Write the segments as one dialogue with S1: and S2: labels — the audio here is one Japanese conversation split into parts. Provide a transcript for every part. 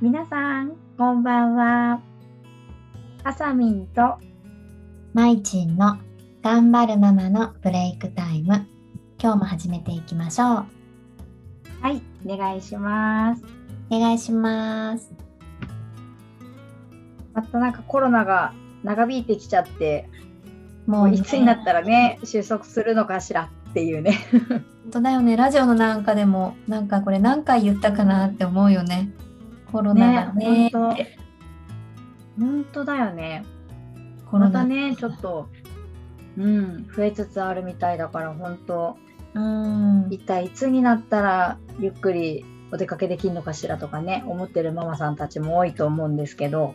S1: 皆さん、こんばんは。あさみんと、
S2: まいちんの頑張るママのブレイクタイム今日も始めていきましょう
S1: はい、お願いします。
S2: お願いします
S1: またなんかコロナが長引いてきちゃって、
S2: も
S1: も
S2: う
S1: う
S2: ね
S1: いつになったらね、収束するのかしらっていうね。
S2: 本当だよねラジオのなんかでもなんかこれ何回言ったかなって思うよねコロナが
S1: ね
S2: ね
S1: 本当本当だよね。
S2: コロ
S1: ま
S2: ナ
S1: たね、ちょっと、うん、増えつつあるみたいだから、本当
S2: うん
S1: 一体いつになったらゆっくりお出かけできるのかしらとかね、思ってるママさんたちも多いと思うんですけど、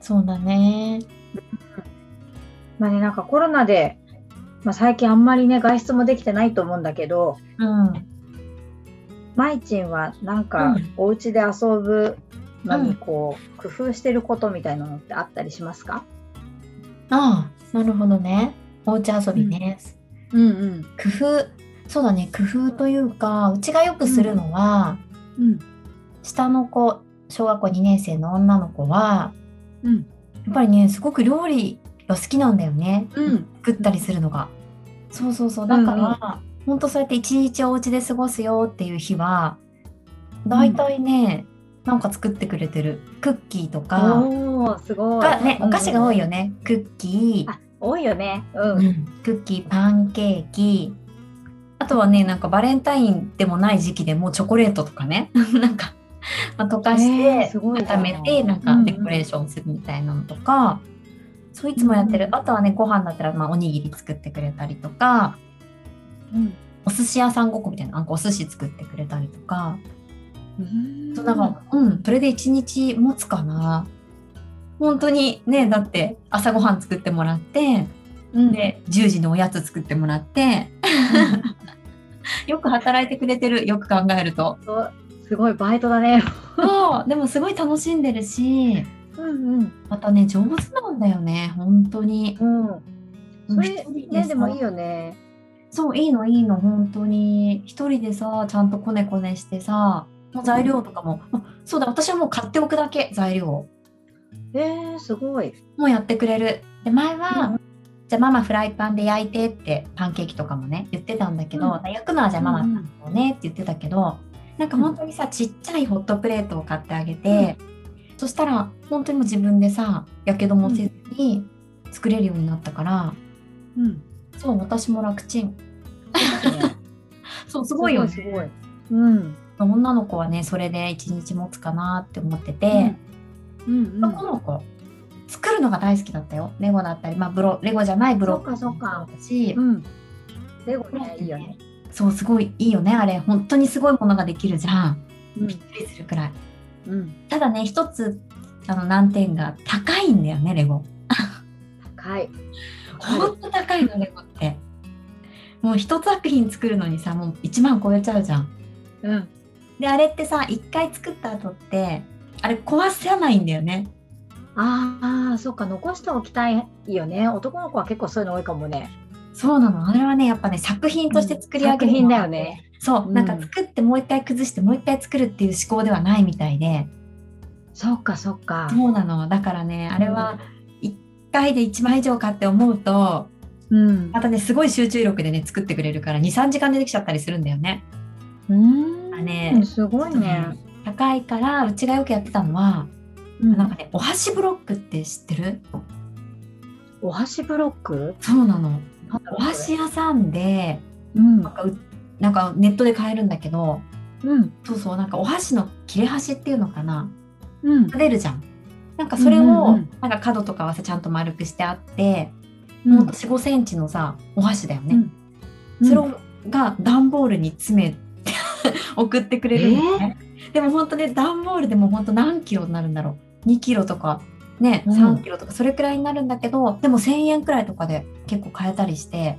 S2: そうだね
S1: まあね、なんかコロナで、まあ、最近あんまりね、外出もできてないと思うんだけど、
S2: うん
S1: まいちんはなん
S2: う
S1: か
S2: ん
S1: お家で遊ぶのにこう、工夫してることみたいなのってあったりしますか
S2: ああなるほどねおうち遊びね、
S1: うんうん。
S2: 工夫そうだね工夫というかうちがよくするのは、
S1: うん。
S2: 下の子小学校2年生の女の子は
S1: うん。
S2: やっぱりねすごく料理が好きなんだよね、
S1: うん。
S2: 作ったりするのがそうそうそう
S1: うんう
S2: だ
S1: ん
S2: から、ほんとそうやって一日お家で過ごすよっていう日はだいたいね、なんか作ってくれてるクッキーとか
S1: おおすごい。
S2: がねお菓子が多い
S1: よ。
S2: よね、クッキー
S1: あ、多いよね。うん。
S2: うんクッキーパンケーキあとはねなんかバレンタインでもない時期でもうチョコレートとかね なんか、まあ溶かして、
S1: えーすごいな
S2: 固めてなんかデコレーションするみたいなのとか、そういつもやってる、
S1: うん
S2: あとはねご飯だったらまあおにぎり作ってくれたりとか
S1: うん
S2: お寿司屋さんごっこみたいななんかお寿司作ってくれたりとか、
S1: うん
S2: そうだからうんそれで一日持つかな本当にねだって朝ごはん作ってもらって
S1: うん
S2: で10時のおやつ作ってもらってよく働いてくれてるよく考えると
S1: そうすごいバイトだね。
S2: そうでもすごい楽しんでるし
S1: うんうん。
S2: またね上手なんだよね本当に。
S1: うん。それ
S2: 一人
S1: ね、でもいい
S2: よ。
S1: よね。
S2: そう、いいの、いいの、本当に。一人でさ、ちゃんとこねこねしてさ、もう材料とかも、あそうだ、私はもう買っておくだけ、材料を。
S1: えー、すごい。
S2: もうやってくれる。で、前は、
S1: うん
S2: じゃあママフライパンで焼いてって、パンケーキとかもね、言ってたんだけど、
S1: う
S2: 焼くのはじゃあママ
S1: うん
S2: だろうねって言ってたけど、なんか本当にさ、ちっちゃいホットプレートを買ってあげて、そしたら、本当にもう自分でさ、やけどもせずに作れるようになったから、
S1: うん。
S2: そう、私も楽ちん。そう、す
S1: す
S2: ごいよね。
S1: すごい。うん。
S2: 女の子はねそれで一日持つかなって思ってて、
S1: うんうん。
S2: 男の子作るのが大好きだったよレゴだったり、まあ、ブロレゴじゃないブロック
S1: そうかそうか
S2: だし
S1: うん。レゴね、いいよね。
S2: そうすごいいいよねあれ本当にすごいものができるじゃん
S1: うん
S2: びっくりするくらい
S1: うん。
S2: ただね一つあの難点が高いんだよねレゴ
S1: 高い。
S2: ほんと高いのレゴってもう一作品作るのにさもう1万超えちゃうじゃん
S1: うん。
S2: であれってさ1回作った後ってあれ壊さないんだよね
S1: ああ、そっか、残しておきたいよね。男の子は結構そういうの多いかもね。
S2: そうなの。あれはね、やっぱね、作品として作り上げる、
S1: 作品だよ。ね。
S2: そう、
S1: うん
S2: なんか作ってもう一回崩して、もう一回作るっていう思考ではないみたいで。
S1: そっか、そっか。
S2: そうなの。だからね、あれは一回で一枚以上かって思うと、
S1: うん。
S2: またね、すごい集中力でね、作ってくれるから、2、3時間でできちゃったりするんだよね。
S1: うん。
S2: あね
S1: すごいね。
S2: 高いから、うちがよくやってたのは、
S1: うん
S2: なんかね、お箸ブロックって知ってる
S1: お箸ブロック
S2: そうなの。お
S1: お
S2: 箸屋さんで、
S1: うん
S2: なん。かう、なんかネットで買えるんだけど、
S1: うん。
S2: そうそう、なんかお箸の切れ端っていうのかな。
S1: うん
S2: 食。べるじゃん。なんかそれを、
S1: うんうんうん
S2: なんか角とかはさちゃんと丸くしてあって、
S1: うん
S2: ほんと4、5センチのさお箸だよね。
S1: うん
S2: それをが段ボールに詰め 送ってくれるんだよね。でも本当ね段ボールでも本当何キロになるんだろう。2キロとかね
S1: うん
S2: 3キロとかそれくらいになるんだけど、でも1,000円くらいとかで結構買えたりして。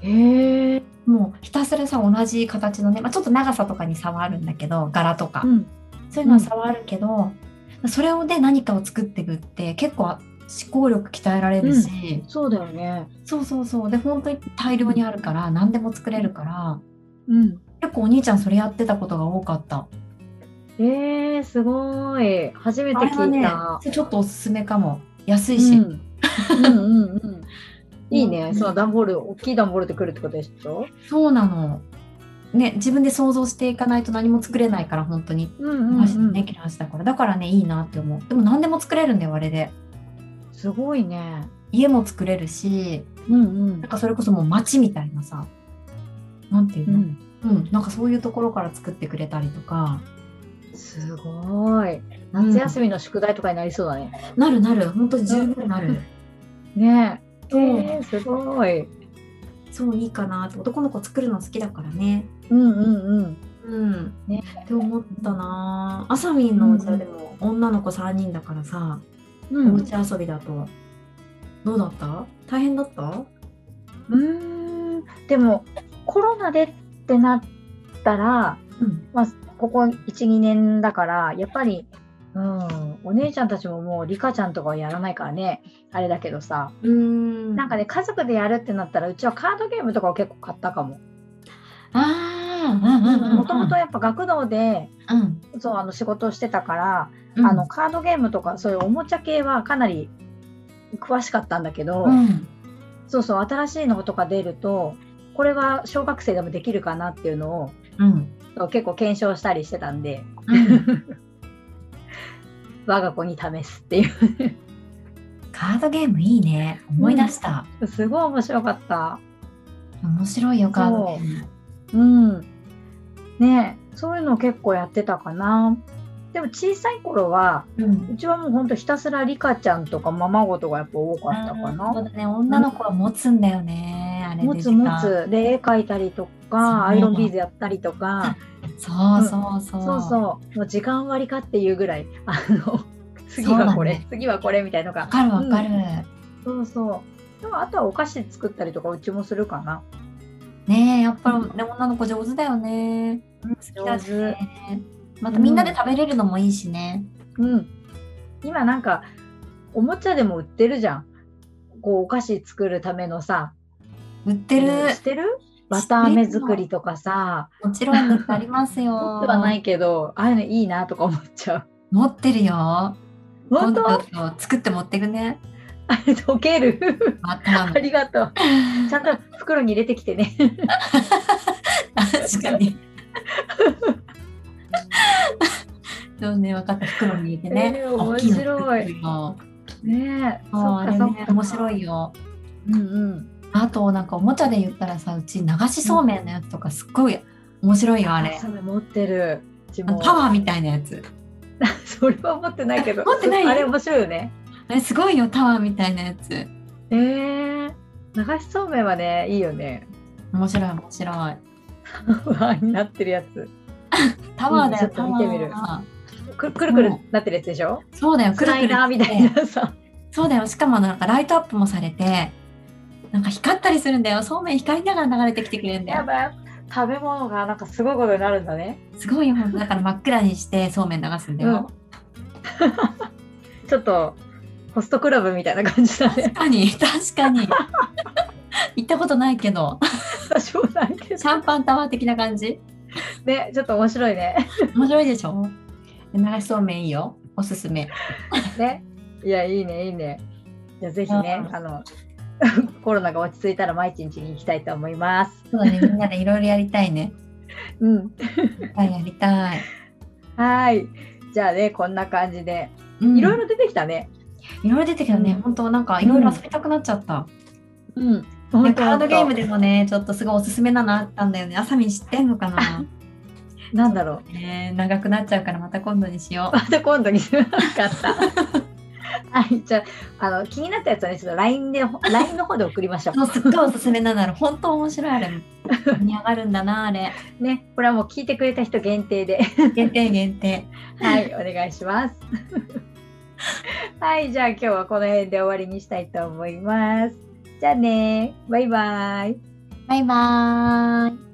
S1: へえ。
S2: もうひたすらさ同じ形のね、まあ、ちょっと長さとかに差はあるんだけど柄とか、
S1: うん。
S2: そういうのは差はあるけど、それをで何かを作っていくって結構思考力鍛えられるし、
S1: そうだよね。
S2: そうそうそうで本当に大量にあるから何でも作れるから
S1: うん。
S2: 結構お兄ちゃんそれやってたことが多かった。
S1: えー、すごい。初めて
S2: あれは
S1: 聞い
S2: ね
S1: た。、
S2: ちょっとおすすめかも。安
S1: う
S2: いし。
S1: ん、うんうんうん。 いいね。
S2: うん
S1: その段ボール、大きい段ボールで来るってことでしょ
S2: そうなの。ね、自分で想像していかないと何も作れないから、本当に。
S1: うん
S2: マジでできるはずだから。だからね、いいなって思う。でも何でも作れるんだよ、あれで。
S1: すごいね。
S2: 家も作れるし、
S1: うんうん
S2: なん。かそれこそもう街みたいなさ、なんていう
S1: う
S2: の、
S1: ん、
S2: うん、なんかそういうところから作ってくれたりとか、
S1: すごい。夏休みの宿題とかになりそうだね。
S2: なるなる、本当に十分なる。
S1: ねえ。
S2: そう
S1: えー、すごい。
S2: そういいかなって、男の子作るの好きだからね。
S1: うんうんうん。
S2: うん、
S1: ね
S2: って思ったなあさみんのお茶でも女の子3人だからさ、
S1: う
S2: お
S1: ん
S2: うち遊びだとどうだった大変だった
S1: うーんでもコロナでってなったら、
S2: うん
S1: まあ、ここ12年だからやっぱり、うん、お姉ちゃんたちももうリカちゃんとかはやらないからねあれだけどさ
S2: うーん
S1: なんかね家族でやるってなったらうちはカードゲームとかを結構買ったかも。
S2: あ
S1: もともと
S2: あ
S1: やっぱ学童で
S2: うんうん
S1: そうあの仕事をしてたから、
S2: うん
S1: あのカードゲームとかそういうおもちゃ系はかなり詳しかったんだけど。
S2: うん
S1: そうそう、新しいのとか出ると、これは小学生でもできるかなっていうの
S2: うん
S1: を結構検証したりしてたんで、
S2: うん
S1: 我が子に試すってい
S2: カードゲームいいね思い出した、
S1: う。 すごい面白かった。
S2: 面白いよカードゲーム
S1: うん。ねえそういうの結構やってたかな。でも小さい頃は、
S2: うん
S1: うちはもうほんとひたすらリカちゃんとかママごとがやっぱ多かったか
S2: あーそう
S1: な。
S2: だね女の子は持つんだよね、あれ
S1: 持
S2: で
S1: つ
S2: さ
S1: 持つ。で、絵描いたりと
S2: そう
S1: か、アイロンビーズやったりとか。
S2: そうそうそう、
S1: そうそう、もう時間割りかっていうぐらい、あの。次はこれ、
S2: そうだ
S1: 次はこれみたいの
S2: わ
S1: が。
S2: かるわかる、
S1: そうそう。でもあとはお菓子作ったりとか、うちもするかな。
S2: ねえやっぱりね女の子上手だよね。好きだ
S1: 上手。
S2: ね。またみんなで食べれるのもいいしね。
S1: うん。今なんか。おもちゃでも売ってるじゃん。こうお菓子作るためのさ。
S2: 売ってる。
S1: 知ってる。バター飴作りとかさ。
S2: もちろん売ってありますよ。
S1: 持ってはないけど、ああいうのいいなとか思っちゃう。
S2: 持ってるよ。
S1: 本当。
S2: 今度作って持ってくね。
S1: あれ溶ける。
S2: ま た。
S1: ありがとう。ちゃんと袋に入れてきてね。
S2: 確かに。そうね、分かった袋に入れてね。
S1: えー面白い
S2: 大きの作ってるよ
S1: ねえ。
S2: そうあれね、面
S1: い
S2: 白いよ。
S1: うんうん。
S2: あとなんかおもちゃで言ったらさ、うち流しそうめんのやつとかすっごい面白いよあれ。
S1: それ持ってる。うちも
S2: パワーみたいなやつ。
S1: それは持ってないけど。
S2: 持ってない
S1: あれ面白いよね。
S2: あれすごいよタワーみたいなやつ
S1: えー、流しそうめんはね、いいよね。
S2: 面白い面白い
S1: 輪になってるやつ。
S2: タワーだ
S1: ちょ
S2: よ
S1: っと見てみる
S2: タワ
S1: くくるくるなってるやつでしょ。
S2: ーそうだよ
S1: ス
S2: くる
S1: ラ
S2: く
S1: イ
S2: る
S1: ダーみたいなさ。
S2: そうだよしかもなんかライトアップもされてなんか光ったりするんだよそうめん光りながら流れてきてくれるんだ
S1: や
S2: よ
S1: ばい。食べ物がなんかすごいことになるんだね。
S2: すごいよだから真っ暗にしてそうめん流すんだよ、
S1: ちょっとホストクラブみたいな感じだ ね。
S2: 確かに確かに行ったことないけど
S1: 私もないけ
S2: シ
S1: ど。
S2: ャンパンタワー的な感じ
S1: ね、ちょっと面白い ね。
S2: 面白いでしょ流しそうめんいいよおすすめ
S1: ね。いや、いいね、いいね。じゃあぜひね、
S2: うん
S1: あの、 コロナが落ち着いたら毎日に行きたいと思います。
S2: そうだ ねみんなでいろいろやりたいね
S1: うん。
S2: はいやりたい、
S1: はい。じゃあね、こんな感じで、
S2: うん
S1: いろいろ出てきたね。
S2: いろいろ出てきたね、
S1: うん
S2: 本当なんかいろいろ遊びたくなっちゃった、
S1: うん。
S2: ね
S1: 本当
S2: カードゲームでもねちょっとすごいおすすめなのあったんだよねあさみん知ってんのか な、
S1: なんだろう。
S2: ねえ、長くなっちゃうからまた今度にしよう
S1: また今度にすらなか った。はい、じゃあ、あの、気になったやつはね、ちょっと LINE で、LINE の方で送りましょ
S2: そうすっごいおすすめなのあれ本当面白いあれ見上がるんだなあれ
S1: う。ね、これはもう聞いてくれた人限定で、
S2: 限定限定
S1: はい、お願いします。 はい、じゃあ今日はこの辺で終わりにしたいと思います。じゃあね、バイバイ。
S2: バイバーイ